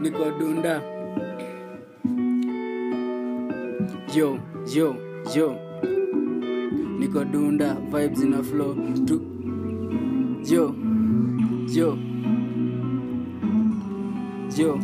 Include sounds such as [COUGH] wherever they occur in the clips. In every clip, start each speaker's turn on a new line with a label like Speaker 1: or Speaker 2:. Speaker 1: niko dunda yo yo yo niko dunda vibes ina flow tu yo yo yo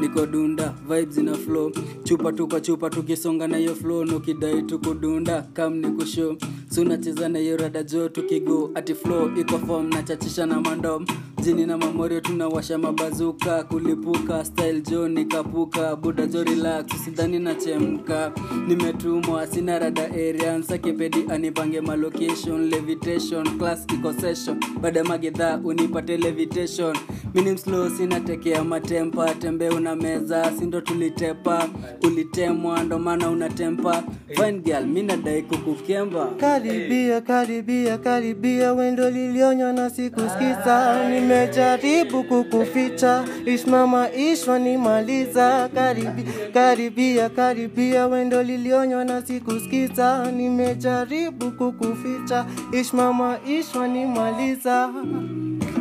Speaker 1: niko dunda vibes ina flow chupa tu kwa chupa tukisonga na hiyo flow nukidai tukudunda kam ni kusho sunacheza na hiyo rada jo tukigo ati flow iko form na chachisha na mandom jini na mamorio tunawasha mabazuka kulipuka style jo nikapuka buda jo relax sidhani nachemka nimetumwa sina rada area nsakipedi anipange malocation levitation class iko session baada ya magedha unipate levitation minim slow sinatekea matempa tembe una meza sindo tulitepa ulitemwa ndo maana unatempa fine girl mi nadai kukukemba
Speaker 2: karibia karibia karibia wendo lilionywa na siku skiza nimejaribu kukuficha ishmama ishwa nimaliza karibia karibia karibia wendo lilionywa na siku skiza nimejaribu kukuficha ishmama ishwa nimaliza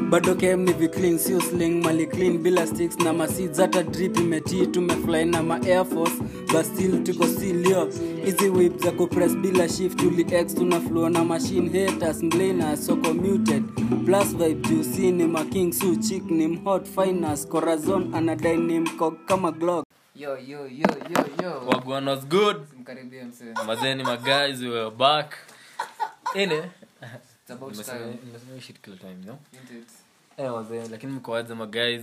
Speaker 1: bado kem ni viclean sio sling mali clean bila sticks na masids hata drip imetii tumefly na ma air force but still tuko silio hizi whip za kupress bila shift uli x tuna flow na machine haters mlaners soko muted plus vibe juicy ni ma king su chick ni mhot finance corazon anadai ni mkok kama glock
Speaker 3: yo yo yo yo yo
Speaker 4: Wagwan was good.
Speaker 3: mkaribia msee
Speaker 4: Mazeni my guys we were back. Ine.
Speaker 3: it's about time
Speaker 4: Nimesema shit kila time, no?
Speaker 3: isn't it
Speaker 4: Eh wazee, lakini mko aje my guys?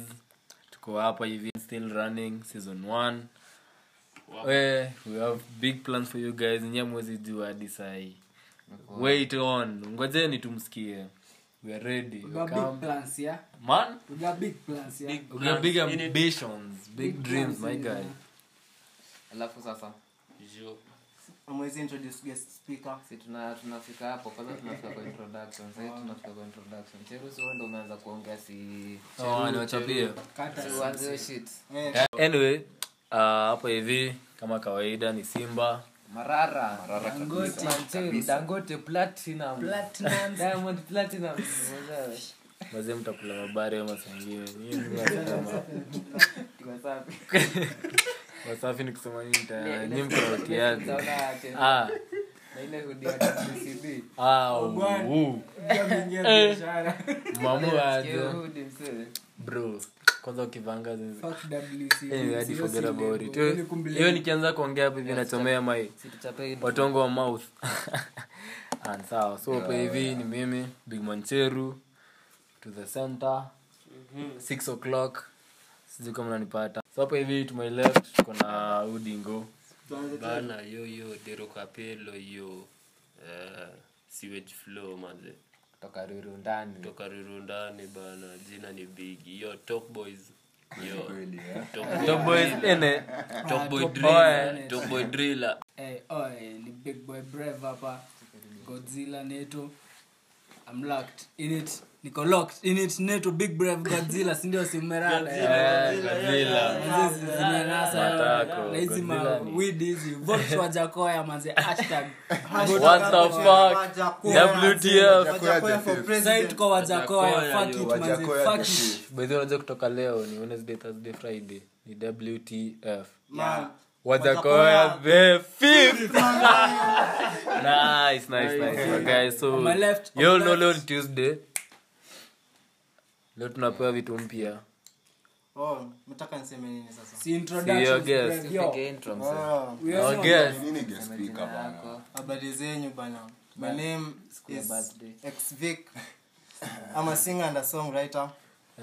Speaker 4: Tuko hapa hivi still running season 1. Eh, we have big plans for you guys. Nyinyi mwezi juu hadi sahi. Wait on. Ngojeni tumsikie. We are ready. We come.
Speaker 1: plans yeah
Speaker 4: Man,
Speaker 1: we got big plans yeah
Speaker 4: we have big ambitions, big dreams, my guy.
Speaker 3: alafu sasa si tuna tunafika hapo kwanza tunafika kwa introduction sasa tunafika kwa introduction cheru sio ndo umeanza kuongea si
Speaker 4: Oh, niwachapie.
Speaker 3: si uanze shit
Speaker 4: Eh, anyway uh, hapo hivi kama kawaida ni simba
Speaker 3: marara marara kabisa dangote platinum platinum [LAUGHS] diamond platinum
Speaker 4: mazee mtakula mabari ama sangine
Speaker 3: kwa sababu
Speaker 4: wasafi Eh, ni kusema nini ta- nyi mko na kiazi.
Speaker 3: tunaona ate-
Speaker 4: Ah,
Speaker 3: na ile hoodie ya DCB
Speaker 4: ah, uu. Eh. Mamua aje.
Speaker 3: hiyo hoodie msee
Speaker 4: Bro, kwanza ukivanga zi- Anyway, hadi forget about it. Hiyo- hiyo nikianza kuongea hapa hivi nachomea mai
Speaker 3: si tuchape
Speaker 4: watongo wa mouth [LAUGHS] And sawa so hapo hivi ni mimi big mancheru to the center
Speaker 5: Mm-hmm.
Speaker 4: six o'clock sijui kama nanipata so hapo hivi to my left tuko na udingo
Speaker 5: bana yoyo derokapelo yo uh, siwage flow maze
Speaker 3: toka ruru ndani
Speaker 5: toka rurundani bana jina ni bigi yo top boys
Speaker 1: [LAUGHS]
Speaker 5: yo
Speaker 1: eh?
Speaker 5: top boy,
Speaker 4: Top boys, ene.
Speaker 5: top boy
Speaker 1: top
Speaker 5: driller,
Speaker 1: Ah, boys.
Speaker 5: top boy driller
Speaker 1: Hey, oh, hey, ni big boy brave hapa godzilla neto I'm locked in it niko locked in it neto big brave godzilla sindio simerada
Speaker 4: Eh, Godzilla. Matako,
Speaker 1: na hizi
Speaker 4: Godzilla ni-
Speaker 1: mawidi hizi vote wajakoya manze
Speaker 4: [LAUGHS]
Speaker 1: hashtag
Speaker 4: What the fuck? WTF.
Speaker 1: Side kwa wajakoya fuck it manze fuck it
Speaker 4: By the way, unajua kutoka leo ni wednesday thursday friday ni wtf wazakoya the fifth [LAUGHS] nice nice nice My guys so
Speaker 1: On my left, on
Speaker 4: you all
Speaker 1: my
Speaker 4: know
Speaker 1: left.
Speaker 4: leo ni tuesday leo tunapewa vitu mpya
Speaker 2: Oh, mtaka niseme nini sasa
Speaker 1: si introduction
Speaker 4: guest.
Speaker 3: Piga intro msee
Speaker 1: we
Speaker 4: Our
Speaker 1: also
Speaker 4: guest.
Speaker 2: habari zenyu bana my name is
Speaker 3: birthday.
Speaker 2: xvic i'm a singer and a songwriter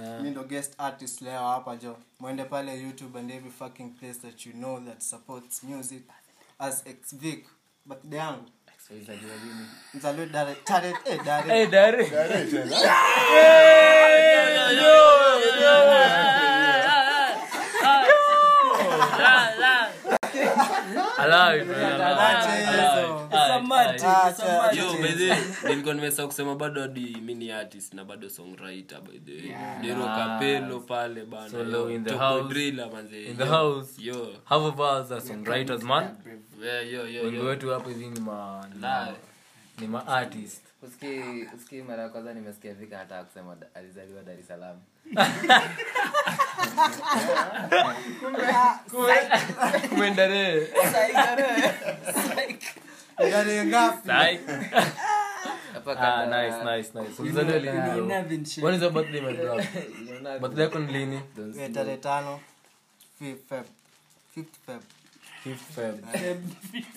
Speaker 4: Yeah.
Speaker 2: mi ndo guest artist leo hapa jo mwende pale youtube and every fucking place that you know that supports music as xvic birthday yangu mzaliwa dare- tarehe eh, dare-
Speaker 4: Hey, Dari. Allow it, man, allow it, allow it.
Speaker 1: Samadi,
Speaker 2: Ah,
Speaker 1: samadi.
Speaker 5: yo bedhe nilikuwa nimesahau kusema bado hadi mi ni artist na bado songwriter by the way dero kapelo pale bana
Speaker 4: Ah, So low
Speaker 5: yo.
Speaker 4: in the
Speaker 5: Top boy
Speaker 4: house.
Speaker 5: driller manze
Speaker 4: In the
Speaker 5: Yo.
Speaker 4: house.
Speaker 5: yo
Speaker 4: half of us are songwriters man
Speaker 5: Yeah, yo yo
Speaker 4: wengi
Speaker 5: yo
Speaker 4: wetu hapo hivi ni ma- ni ma-
Speaker 5: Nah.
Speaker 4: ni ma artist
Speaker 3: uski uski mara ya kwanza nimesikia vika hata kusema da- alizaliwa dar es salaam
Speaker 4: kuendelee
Speaker 2: Gari ngapi?
Speaker 3: hapa
Speaker 4: ah,
Speaker 3: Kanda-
Speaker 4: nice nice nice Ulizaliwa lini bro? When is your birthday my bro
Speaker 3: you know,
Speaker 4: birthday yako ni lini
Speaker 2: Eh, Tarehe tano. Fifth Feb. Fifth Feb.
Speaker 4: Fifth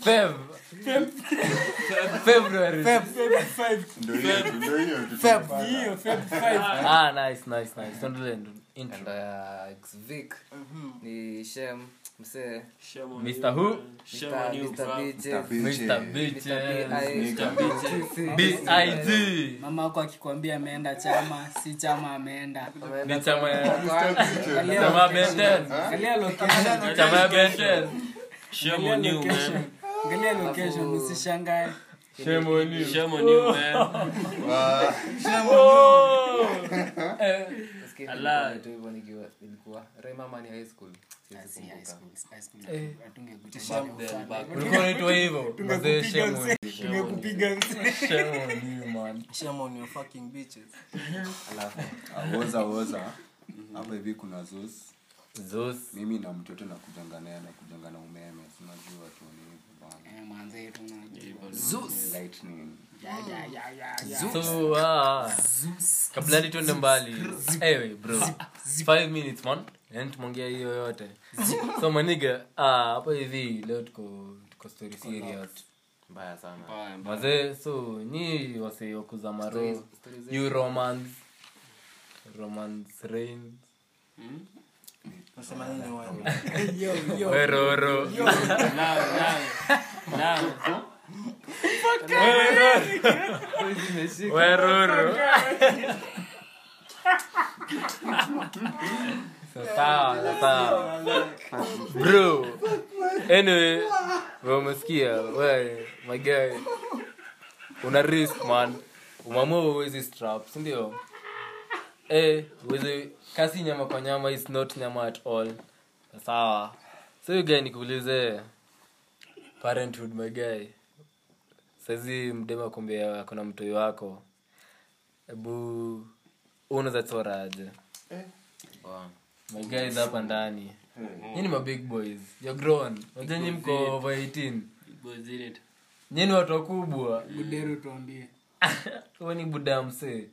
Speaker 4: Feb. Feb. February. Ah, nice, nice, nice. Tuendelee, ndo- intro.
Speaker 3: kanda ya xvik Mm-hmm. ni shem msee
Speaker 4: Mr. Who?
Speaker 3: Mr. Mr. Bitches.
Speaker 4: Mr.
Speaker 3: Bitches.
Speaker 4: Bitches.
Speaker 3: Bitches.
Speaker 4: B.I.G.
Speaker 1: mama wako akikwambia ameenda chama si chama ameenda
Speaker 4: Ni chama ya-
Speaker 1: Angalia
Speaker 4: chama ya
Speaker 1: location.
Speaker 4: Ben 10.
Speaker 1: Angalia location.
Speaker 4: Chama ya Ben 10.
Speaker 1: Angalia location. Angalia location
Speaker 3: Alafu-
Speaker 1: usishangae
Speaker 4: Shame on you. Oh! Eh,
Speaker 3: Nasikia
Speaker 5: Ala.
Speaker 3: nilikuwa tu hivyo nikiwa- nilikuwa Raymamani Ah, high school Siwezi kumbuka.
Speaker 4: ulikuwa unaitwa hivyo? Mazee, shame on you. Shame on you, man.
Speaker 2: Shame on your fucking bitches.
Speaker 6: awoza Ah, woza hapa hivi kuna zus
Speaker 4: Mm-hmm. Zeus.
Speaker 6: mimi na mtoto na kujanganea na kujangana umeme sinajua tu ni hivyo bana lightning
Speaker 4: So, ah, kabla hadi tuende mbali Ewe, bro Five minutes man yani tumeongea hiyo yote so maniga ah, hapa hivi leo tuko tuko story serious
Speaker 3: mbaya sana
Speaker 4: mazee so nyi wasee wakuzamaro you romance romance rain
Speaker 2: Nasema nini wewe?
Speaker 4: weroro weroro sawa sawa bro anyway wewe umesikia wewe my guy una risk man umamua uwezi strap si ndio eh uwezi kasi nyama kwa nyama is not nyama at all sawa so you guy nikuulize parenthood my guy sahizi mdema kumbia kuna mtoi wako hebu unaweza chora aje
Speaker 3: Wow.
Speaker 4: my guys hapa ndani nyini mabig boys you're grown unajua nyinyi mko over 18 nyinyi ni watu wakubwa
Speaker 1: budero tuambie
Speaker 4: wewe ni buda msee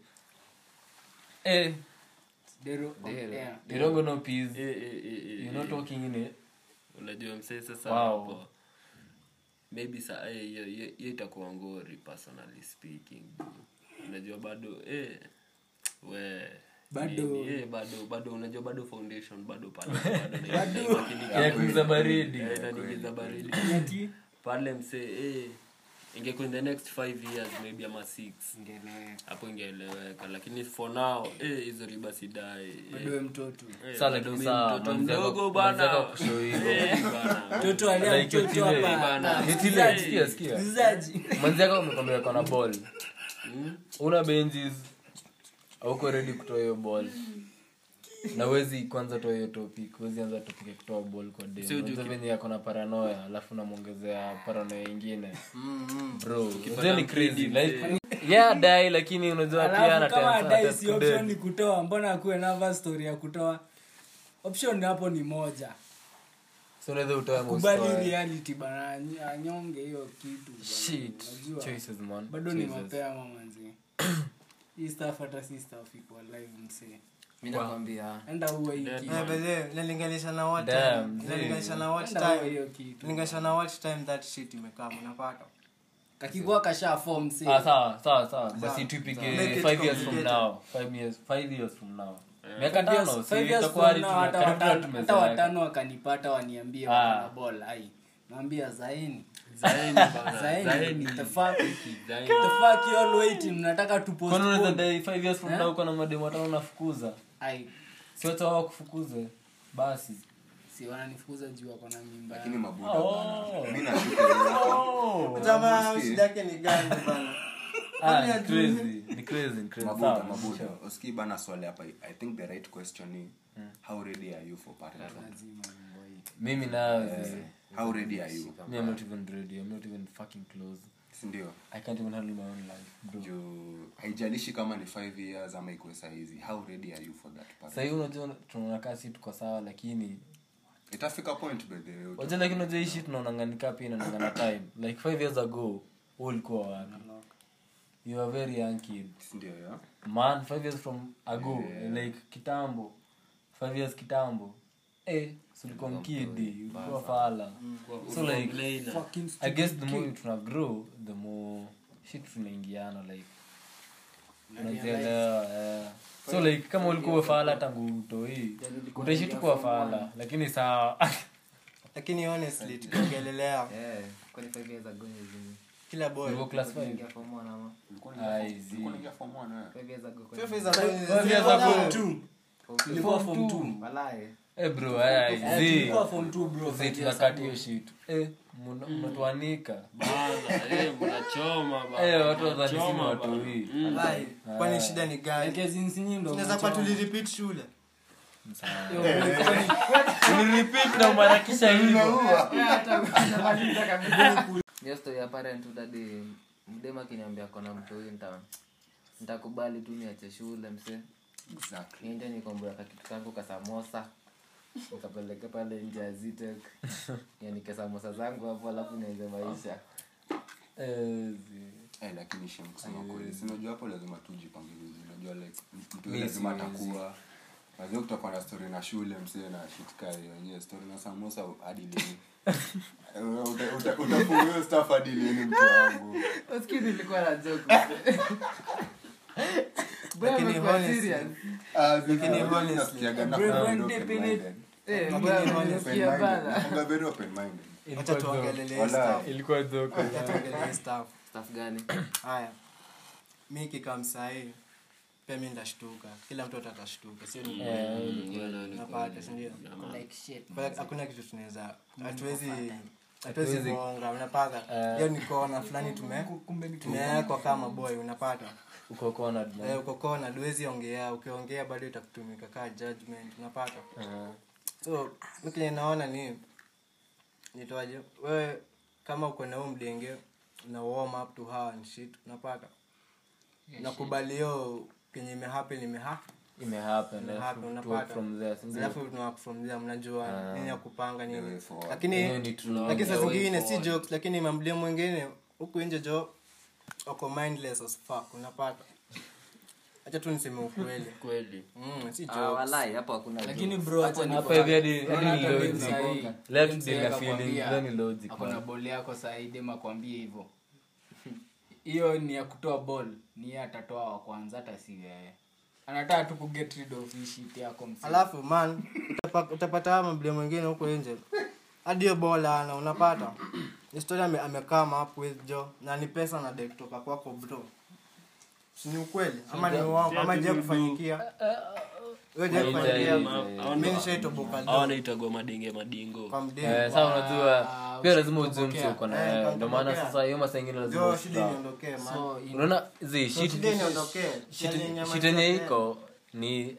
Speaker 4: eh
Speaker 1: dero on air.
Speaker 4: you don't go no peace
Speaker 5: Eh,
Speaker 4: you're not talking in it
Speaker 5: unajua msee sasa
Speaker 4: Wow.
Speaker 5: hapo maybe saa eh, hiyo hiyo- hiyo itakuwa ngori personally speaking unajua bado eh, we
Speaker 1: Bado.
Speaker 5: nini, eh, bado bado unajua bado foundation bado pale bado na- lakini-
Speaker 4: inakuza baridi
Speaker 5: Eh, inaniingiza baridi
Speaker 1: Nyati,
Speaker 5: pale msee eh, ingekuwa in the next five years maybe ama six
Speaker 1: ngeleweka.
Speaker 5: hapo ingeeleweka lakini for now eh, hizo riba sidai
Speaker 1: Bado we mtoto
Speaker 4: Sawa, lakini sawa, manzi yako-
Speaker 5: eh, mdogo
Speaker 4: manzi yako
Speaker 5: bana
Speaker 4: kushow hivyo.
Speaker 5: Eh, bana.
Speaker 1: mtoto alia
Speaker 4: Like your
Speaker 1: mtoto Yaani hapa
Speaker 5: bana.
Speaker 4: Ni tile, sikia, sikia.
Speaker 1: mzaji
Speaker 4: manzi yako amekwambia kona ball una benjis auko redi kutoa hiyo ball na wezi kwanza toa hiyo topic wezi anza topic ya kutoa ball kwa dem. Unajua venye yako na paranoia alafu namwongezea paranoia ingine bro unajua ni crazy like yeah dai lakini unajua pia
Speaker 1: alafu kama
Speaker 4: anatensa-
Speaker 1: adai
Speaker 4: anatensa
Speaker 1: si option
Speaker 4: kudate.
Speaker 1: ni kutoa mbona akuwe nava story ya kutoa option hapo ni moja
Speaker 4: So unaweza utoe ama usitoe.
Speaker 1: kubali reality bana any- anyonge hiyo kitu bana.
Speaker 4: Shit.
Speaker 1: Unajua,
Speaker 4: Choices, man.
Speaker 1: bado ni
Speaker 4: Choices.
Speaker 1: mapema
Speaker 4: [COUGHS]
Speaker 1: manzi hii staff hata si staff iko alive msee
Speaker 3: mi nakwambia
Speaker 1: enda uwe hii kitu.
Speaker 2: Eh, babe, nalinganisha na what
Speaker 4: Damn,
Speaker 2: time?
Speaker 4: dude.
Speaker 2: Nalinganisha na what
Speaker 1: Enda uwe
Speaker 2: time?
Speaker 1: hiyo kitu
Speaker 2: Nalinganisha na what time that shit imekaa, mnapata?
Speaker 1: kakikuwa kashaa form
Speaker 4: Ah,
Speaker 1: msee
Speaker 4: sawa sawa sawa basi
Speaker 2: Make
Speaker 4: tupike
Speaker 2: it
Speaker 4: five years from
Speaker 2: complicated.
Speaker 4: now five years five years from now miaka
Speaker 1: Five years-
Speaker 4: tano si
Speaker 1: five years from
Speaker 4: itakuwa hadi
Speaker 1: now, hata
Speaker 4: tumekaribia
Speaker 1: watano- hata
Speaker 4: tumezeeka.
Speaker 1: watano wakanipata waniambie
Speaker 4: Ah.
Speaker 1: wana ball ai naambia zaini [LAUGHS]
Speaker 5: Zaini bana,
Speaker 1: zaini
Speaker 5: zaini.
Speaker 1: the fuck
Speaker 5: Zaini.
Speaker 1: the fuck you all waiting mnataka tu
Speaker 4: Kwani unaweza
Speaker 1: postpone Eh?
Speaker 4: dai five years from now uko na mademu watano unafukuza
Speaker 1: ai
Speaker 4: si wacha wao wakufukuze basi
Speaker 1: si wananifukuza juu wako na mimba
Speaker 6: lakini
Speaker 1: yangu.
Speaker 6: mabuda
Speaker 4: Oh.
Speaker 6: bana mimi nashuka
Speaker 4: [LAUGHS]
Speaker 6: hiyo
Speaker 3: Oh,
Speaker 2: Jamaa, shida yake ni gani bana?
Speaker 4: Ah, ni crazy, ni crazy, ni crazy.
Speaker 6: mabuda
Speaker 4: Sawa,
Speaker 6: mabuda usikii bana swali hapa i think the right question ni
Speaker 4: Hmm.
Speaker 6: how ready are you for parenthood
Speaker 4: mimi nayo sisi.
Speaker 1: Eh.
Speaker 6: how ready are you
Speaker 4: Me, I'm not even ready, I'm not even fucking close.
Speaker 6: sindio
Speaker 4: i can't even handle my own life bro
Speaker 6: juu haijalishi kama ni five years ama ikuwe sahizi how ready are you for that part?
Speaker 4: sahii unajua tunaona kaa si tuko sawa lakini
Speaker 6: itafika point bedhe
Speaker 4: waja lakini unajua hishi tunaonanganika pia inanangana time like five years ago hu ulikuwa wapi you are very young kid
Speaker 6: sindio ya
Speaker 4: man five years from ago like kitambo five years kitambo eh so ulikuwa mkidi ulikuwa fala so like i guess the more tuna grow the more shit tunaingiana like unazielewa eh. so like kama ulikuwa fala tangu utoi utaishi tu kuwa fala lakini saa [LAUGHS]
Speaker 2: lakini honestly tukiongelelea
Speaker 3: Yeah, Eh, kwani five years ago ni zini.
Speaker 2: kila boy
Speaker 4: Ulikuwa class five?
Speaker 3: Kuingia form one ama
Speaker 4: I see.
Speaker 3: five years ago kwani-
Speaker 2: Five years ago,
Speaker 4: Five years ago.
Speaker 5: Nilikuwa form two.
Speaker 3: Walai.
Speaker 4: Eh, bro, eh, I see.
Speaker 5: Nilikuwa form two, bro,
Speaker 4: See,
Speaker 5: five years
Speaker 4: tunakata
Speaker 5: ago.
Speaker 4: hiyo shit Eh, mna- mnatuanika
Speaker 5: Bana, eh, mnachoma bana,
Speaker 4: Eh, watu wa
Speaker 5: mnachoma
Speaker 4: Zanzibar
Speaker 5: bana.
Speaker 4: watoi.
Speaker 5: Mm.
Speaker 2: Why?
Speaker 4: Ah.
Speaker 2: kwani shida ni gani tunaweza kuwa tulirepeat shule
Speaker 4: Repeat na umarakisha hivyo
Speaker 3: Hiyo story ya parent hood hadi mdema akiniambia kona mtoi nita nitakubali tu niache shule mse niende nikombraka kitu kangu kasamosa nikapeleke pale nje ya zitek [LAUGHS] nianike samosa zangu hapo alafu nianze maisha
Speaker 4: Eh, zi.
Speaker 6: Eh, lakini shem kusema kweli sinajua hapo lazima tujipange vizuri najua like mtu lazima atakuwa najua kutakuwa na story na shule msee na shitkari wenyewe story na samosa hadi lini Eh, uta- uta- utafunguliwa staff hadi lini mtu wangu
Speaker 3: Usikii nilikuwa na joke. Bro,
Speaker 2: Lakini
Speaker 3: amekuwa
Speaker 2: honestly,
Speaker 3: serious.
Speaker 6: Ah, zina-
Speaker 2: Lakini honestly,
Speaker 6: nasikiaga na- open-minded.
Speaker 3: Eh, bro, amesikia bana.
Speaker 6: Nakuanga very open-minded.
Speaker 2: wacha
Speaker 4: Ilikuwa joke.
Speaker 2: tuongelelee
Speaker 6: Walai.
Speaker 2: stuff.
Speaker 4: ilikuwa joke.
Speaker 2: Wacha tuongelee stuff
Speaker 3: Stuff gani?
Speaker 2: haya mi kikamsahii pia mi ndashtuka kila mtu atakashtuka sio Eh, ni napata sindio But hakuna kitu tunaweza hatuwezi hatuwezi Eh. kuonga unapata hiyo ni kona fulani tume tumewekwa kama boy unapata
Speaker 4: Uko cornered na-
Speaker 2: Eh, uko kona duwezi ongea ukiongea bado itakutumika kaa judgment unapata
Speaker 4: Eh,
Speaker 2: so mikile naona ni nitoaje wewe kama uko na huu mdenge una warm up to her and shit unapata nakubali hiyo kenye imehappen imeha
Speaker 4: ime happen,
Speaker 2: Ime
Speaker 4: eh,
Speaker 2: happen,
Speaker 4: to- to
Speaker 2: unapata.
Speaker 4: work from there, sindio?
Speaker 2: alafu tunawak from there mnajua nini ya kupanga nini
Speaker 6: forward.
Speaker 2: lakini
Speaker 4: Hiyo ni true.
Speaker 2: lakini saa zingine si jokes lakini mamdem mwingine huku nje jo wako mindless as fuck unapata acha tu niseme ukweli
Speaker 5: Kweli.
Speaker 2: mm, si
Speaker 3: Ah,
Speaker 2: jokes
Speaker 3: walai, hapo hakuna
Speaker 5: lakini
Speaker 3: joke.
Speaker 5: bro acha
Speaker 4: Hapa
Speaker 5: nikwambie.
Speaker 4: hivi hadi- hadi
Speaker 5: Unaona
Speaker 4: ni
Speaker 5: hata
Speaker 4: logic.
Speaker 5: mimi nakwambia,
Speaker 4: Let
Speaker 5: msee
Speaker 4: deal na
Speaker 5: akakwambia,
Speaker 4: feelings, then ni logic,
Speaker 5: ako na
Speaker 4: man.
Speaker 5: bol yako saidem akwambie
Speaker 1: [LAUGHS]
Speaker 5: hivyo hiyo ni ya kutoa bol ni yeye atatoa wa kwanza hata si wewe anataka tu kuget rid of hii shit yako msee.
Speaker 2: alafu man utapa- utapata haya mablia mwingine huko nje hadi hiyo bola ana unapata historia ame, amekama up with jo na ni pesa na dai kutoka kwako bro Si ni ukweli ama ni uongo ama je kufanyikia wewe je kufanyikia mimi nishaitoboka do
Speaker 5: wanaitagwa madenge madingo
Speaker 2: kwa mdemu
Speaker 4: Eh, saa unajua pia lazima ujue mtu
Speaker 5: usipompokea.
Speaker 4: uko na
Speaker 2: Eh,
Speaker 4: yeye.
Speaker 2: kama
Speaker 4: Ndio maana
Speaker 2: umpokea.
Speaker 4: sasa hiyo masaa ingine lazima
Speaker 2: jo
Speaker 4: usi-
Speaker 2: shida niondokee man
Speaker 5: So,
Speaker 4: unaona zi shit-
Speaker 2: shida Yaani niondokee Yani
Speaker 4: shit yenye iko ni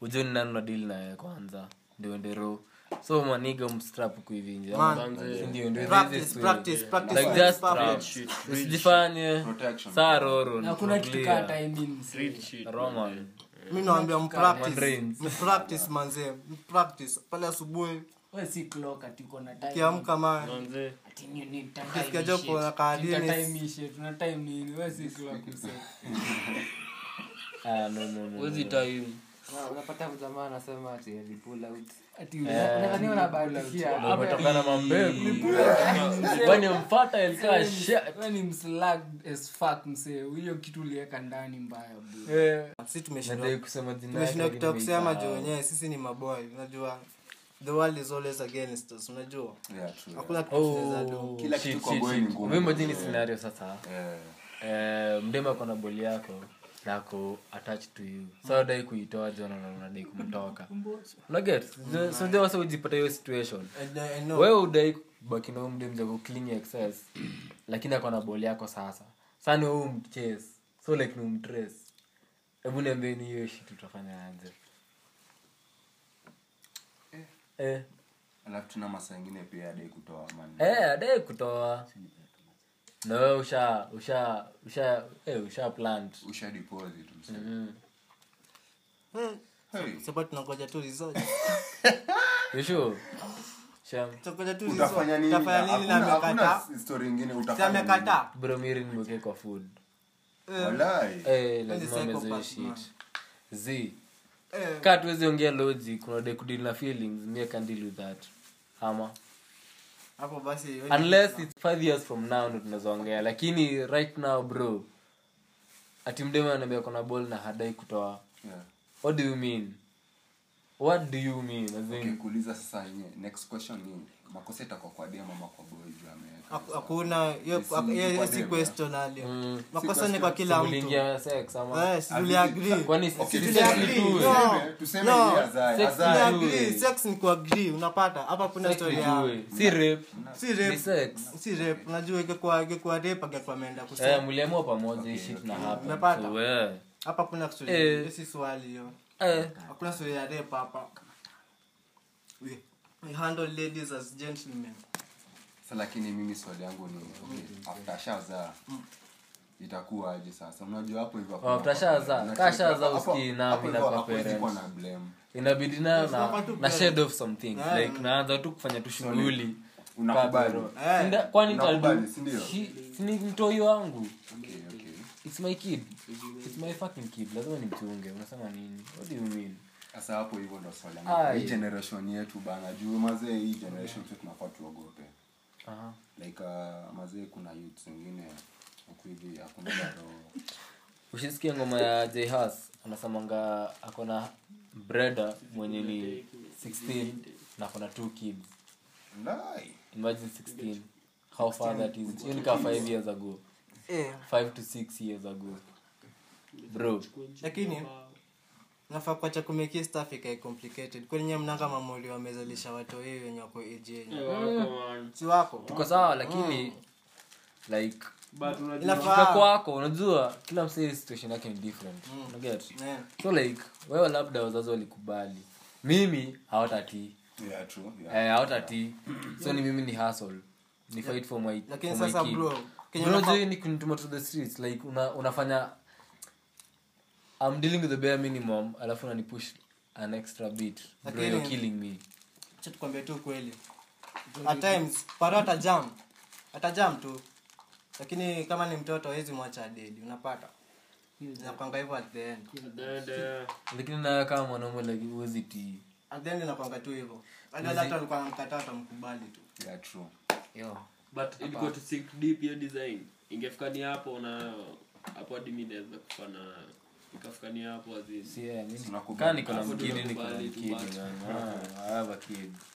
Speaker 4: ujue ni nani unadili naye kwanza ndio ndero so maniga mstrap kuivinja
Speaker 2: Man.
Speaker 4: ndio ndio
Speaker 2: practice practice practice
Speaker 4: Like
Speaker 2: makes
Speaker 4: just
Speaker 2: perfect.
Speaker 4: rap. usijifanye
Speaker 6: Protection.
Speaker 4: saa roro
Speaker 5: na kuna kitu kaa timing
Speaker 4: Real shit. Roman.
Speaker 2: mimi naambia mpractice
Speaker 4: Mandarins.
Speaker 2: mpractice manze mpractice pale asubuhi
Speaker 5: we si clock ati uko na time
Speaker 2: kiamka man
Speaker 5: ati ni ni
Speaker 2: Ukisikia joke
Speaker 5: shit.
Speaker 2: una kaa
Speaker 5: Nita
Speaker 2: Ah, Dennis.
Speaker 5: time hii shit. Una time nini we si clock msee.
Speaker 4: Ah, no, no, no, no.
Speaker 3: Na Ah, unapata mjamaa anasema ati ati pull out.
Speaker 5: ati unadhani unabakishia
Speaker 4: Ndio umetokana na mambegu kwani mfata ilikuwa shit.
Speaker 5: We ni mslag as fuck msee hiyo kitu uliweka ndani mbaya bro.
Speaker 4: Eh,
Speaker 2: si tumeshinda
Speaker 4: nadai kusema jina yake
Speaker 2: tumeshinda
Speaker 4: lakini
Speaker 2: kitu kusema juu
Speaker 4: nimeisahau.
Speaker 2: wenyewe sisi ni maboy unajua the world is always against us unajua
Speaker 6: Yeah, true, yeah.
Speaker 2: hakuna kitu tunaweza do
Speaker 4: Oh,
Speaker 6: Kila
Speaker 4: shit,
Speaker 6: kitu kwa
Speaker 4: shit,
Speaker 6: boy ni
Speaker 4: shit.
Speaker 6: ngumu.
Speaker 4: Mimi imagine scenario sasa
Speaker 6: Eh,
Speaker 4: Eh, mdema ako na boli yako na ako attached to you so dai kuitoa jona na unadai kumtoka unaget sinajua wasa ujipata hiyo situation
Speaker 2: And I- I know.
Speaker 4: wewe udai baki na huyu mdem jago clean excess lakini ako na boli yako sasa saa ni wewe umchase so like ni umtrace hebu niambie ni hiyo shit utafanya aje eh
Speaker 6: alafu tuna masaa ingine pia adai kutoa man.
Speaker 4: eh adai kutoa na wewe usha usha usha eh, usha plant
Speaker 6: usha deposit mse.
Speaker 2: Eh,
Speaker 6: Hey,
Speaker 2: sasa tunangoja
Speaker 4: [LAUGHS]
Speaker 2: tu result.
Speaker 4: You sure? Sham.
Speaker 2: Tunangoja tu result.
Speaker 6: utafanya nini na-
Speaker 2: Utafanya nini na
Speaker 6: hakuna-
Speaker 2: amekataa?
Speaker 6: hakuna story ingine
Speaker 2: Sasa
Speaker 6: utafanya nini?
Speaker 2: amekataa.
Speaker 4: bro miri nimwekee kwa food
Speaker 2: Eh,
Speaker 6: Walai.
Speaker 4: eh, lazima
Speaker 2: psychopath,
Speaker 4: amezoe
Speaker 2: man.
Speaker 4: shit z
Speaker 2: eh,
Speaker 4: ka tuwezi ongea logic kuna de kudeal na feelings mi I can deal with that ama
Speaker 2: Hapo basi wewe-
Speaker 4: unless it's five years from now ndo tunazaongea lakini right now bro ati mdema anaambia kona ball na hadai kutoa
Speaker 6: Yeah.
Speaker 4: what do you mean what do you mean As in,
Speaker 6: Okay, kuuliza sasa yenyewe next question ni makosa itakuwa kwa dem ama kwa boy juu ameweka
Speaker 2: Haku- hakuna hiyo
Speaker 6: Ni si-
Speaker 2: hiyo-
Speaker 6: ni kwa
Speaker 2: si
Speaker 6: dem,
Speaker 2: question ali.
Speaker 4: mm,
Speaker 2: Makosa ni kwa kila mtu.
Speaker 4: uliingia sex ama
Speaker 2: Eh, si tuli agree.
Speaker 4: kwani si-
Speaker 6: Okay,
Speaker 4: si-
Speaker 6: tuseme-
Speaker 4: si-
Speaker 2: agree.
Speaker 4: tu-
Speaker 2: No.
Speaker 6: tuseme- tuseme
Speaker 2: No.
Speaker 6: ni azae,
Speaker 4: Sex
Speaker 6: azae.
Speaker 2: Tuli
Speaker 4: ni
Speaker 2: agree,
Speaker 4: tu-
Speaker 2: sex ni ku agree, unapata hapa kuna
Speaker 4: sex
Speaker 2: story
Speaker 4: ni
Speaker 2: ya
Speaker 4: tu- si rape
Speaker 2: si
Speaker 4: ni
Speaker 2: rape
Speaker 4: sex
Speaker 2: si rape unajua ingekuwa ingekuwa rape angekuwa ameenda
Speaker 4: Eh,
Speaker 2: kusema
Speaker 4: mliamua pamoja hii shit na hapa
Speaker 2: Umepata?
Speaker 4: so, eh.
Speaker 2: hapa kuna story
Speaker 4: Eh.
Speaker 2: hiyo si swali hiyo
Speaker 4: Eh,
Speaker 2: hakuna story ya rape hapa we, we handle ladies as gentlemen
Speaker 6: Sasa lakini mimi swali yangu ni okay, after ashazaa itakuwa aje sasa unajua hapo hivyo hakuna-
Speaker 4: after ashazaa,
Speaker 6: Hapo-
Speaker 4: ka ashazaa
Speaker 6: hapo-
Speaker 4: usikii na
Speaker 6: hapo hivyo
Speaker 4: inakuwa
Speaker 6: hakuwezi
Speaker 4: parents.
Speaker 6: kuwa na blame
Speaker 4: inabidi nayo na,
Speaker 2: tu
Speaker 4: na shed off some things
Speaker 2: Yeah.
Speaker 4: like naanza tu kufanya tu shughuli
Speaker 6: unakubali
Speaker 2: Eh,
Speaker 4: Nda- kwani
Speaker 6: unakubali,
Speaker 4: nitadu-
Speaker 6: si ndio?
Speaker 4: Shi- si ni mtoi wangu
Speaker 6: okay, okay.
Speaker 4: its my kid its my fucking kid lazima nimchunge unasema nini what do you mean
Speaker 6: sasa hapo hivyo ndo swali yangu.
Speaker 4: Aye.
Speaker 6: hii generation yetu bana juu mazee hii generation tu tunafaa tuogope
Speaker 4: Aha.
Speaker 6: like uh, mazee kuna youth wengine huku hivi hakuna roho
Speaker 4: ushisikia ngoma ya jhas anasemanga akona breda mwenye ni 16 na akona two kids
Speaker 6: Lai.
Speaker 4: imagine 16 how far that is hiyo ni kaa 5 years ago
Speaker 2: eh,
Speaker 4: 5 to 6 years ago bro
Speaker 2: lakini nafaa kuacha kumeki staff ikae complicated kwenye mnanga mamoli wamezalisha watu wewe wenye wako age yenyu si wako
Speaker 4: tuko sawa lakini like
Speaker 2: inafaa
Speaker 4: kwa kwako unajua kila msee situation yake ni different unaget
Speaker 2: Eh,
Speaker 4: so like wewe labda wazazi walikubali mimi hawatatii
Speaker 6: Yeah, true, yeah.
Speaker 4: eh, hawatatii so ni mimi ni hustle ni fight for my
Speaker 2: lakini
Speaker 4: for my
Speaker 2: sasa
Speaker 4: kid.
Speaker 2: bro kenye
Speaker 4: Bro,
Speaker 2: unafaa-
Speaker 4: juu ni kunituma to the streets like una, unafanya I'm dealing with the bare minimum alafu unanipush an extra bit bro
Speaker 2: Lakini-
Speaker 4: you're killing me
Speaker 2: Acha tukwambie tu kweli at times paro atajam atajam tu lakini kama ni mtoto hawezi mwacha dedi unapata inakwanga hivyo at the end
Speaker 7: uh,
Speaker 4: lakini nayo kama mwanaume like huwezi tii
Speaker 2: at the end inakwanga tu hivyo hadi wale hata walikuwa wanamkataa watamkubali tu
Speaker 6: Yeah, true.
Speaker 3: yo
Speaker 7: but ilikuwa tu sick deep hiyo design ingefika ni hapo na hapo hadi mi naweza kufana ikafika ni hapo azizi
Speaker 4: Si, yeah, mimi-
Speaker 6: Tunakubali.
Speaker 4: kaa niko na
Speaker 7: Hapo
Speaker 4: mkidi
Speaker 7: tunakubali
Speaker 4: niko na
Speaker 7: tu
Speaker 4: mkidi
Speaker 7: basi.
Speaker 4: man. Ah, I have a kid.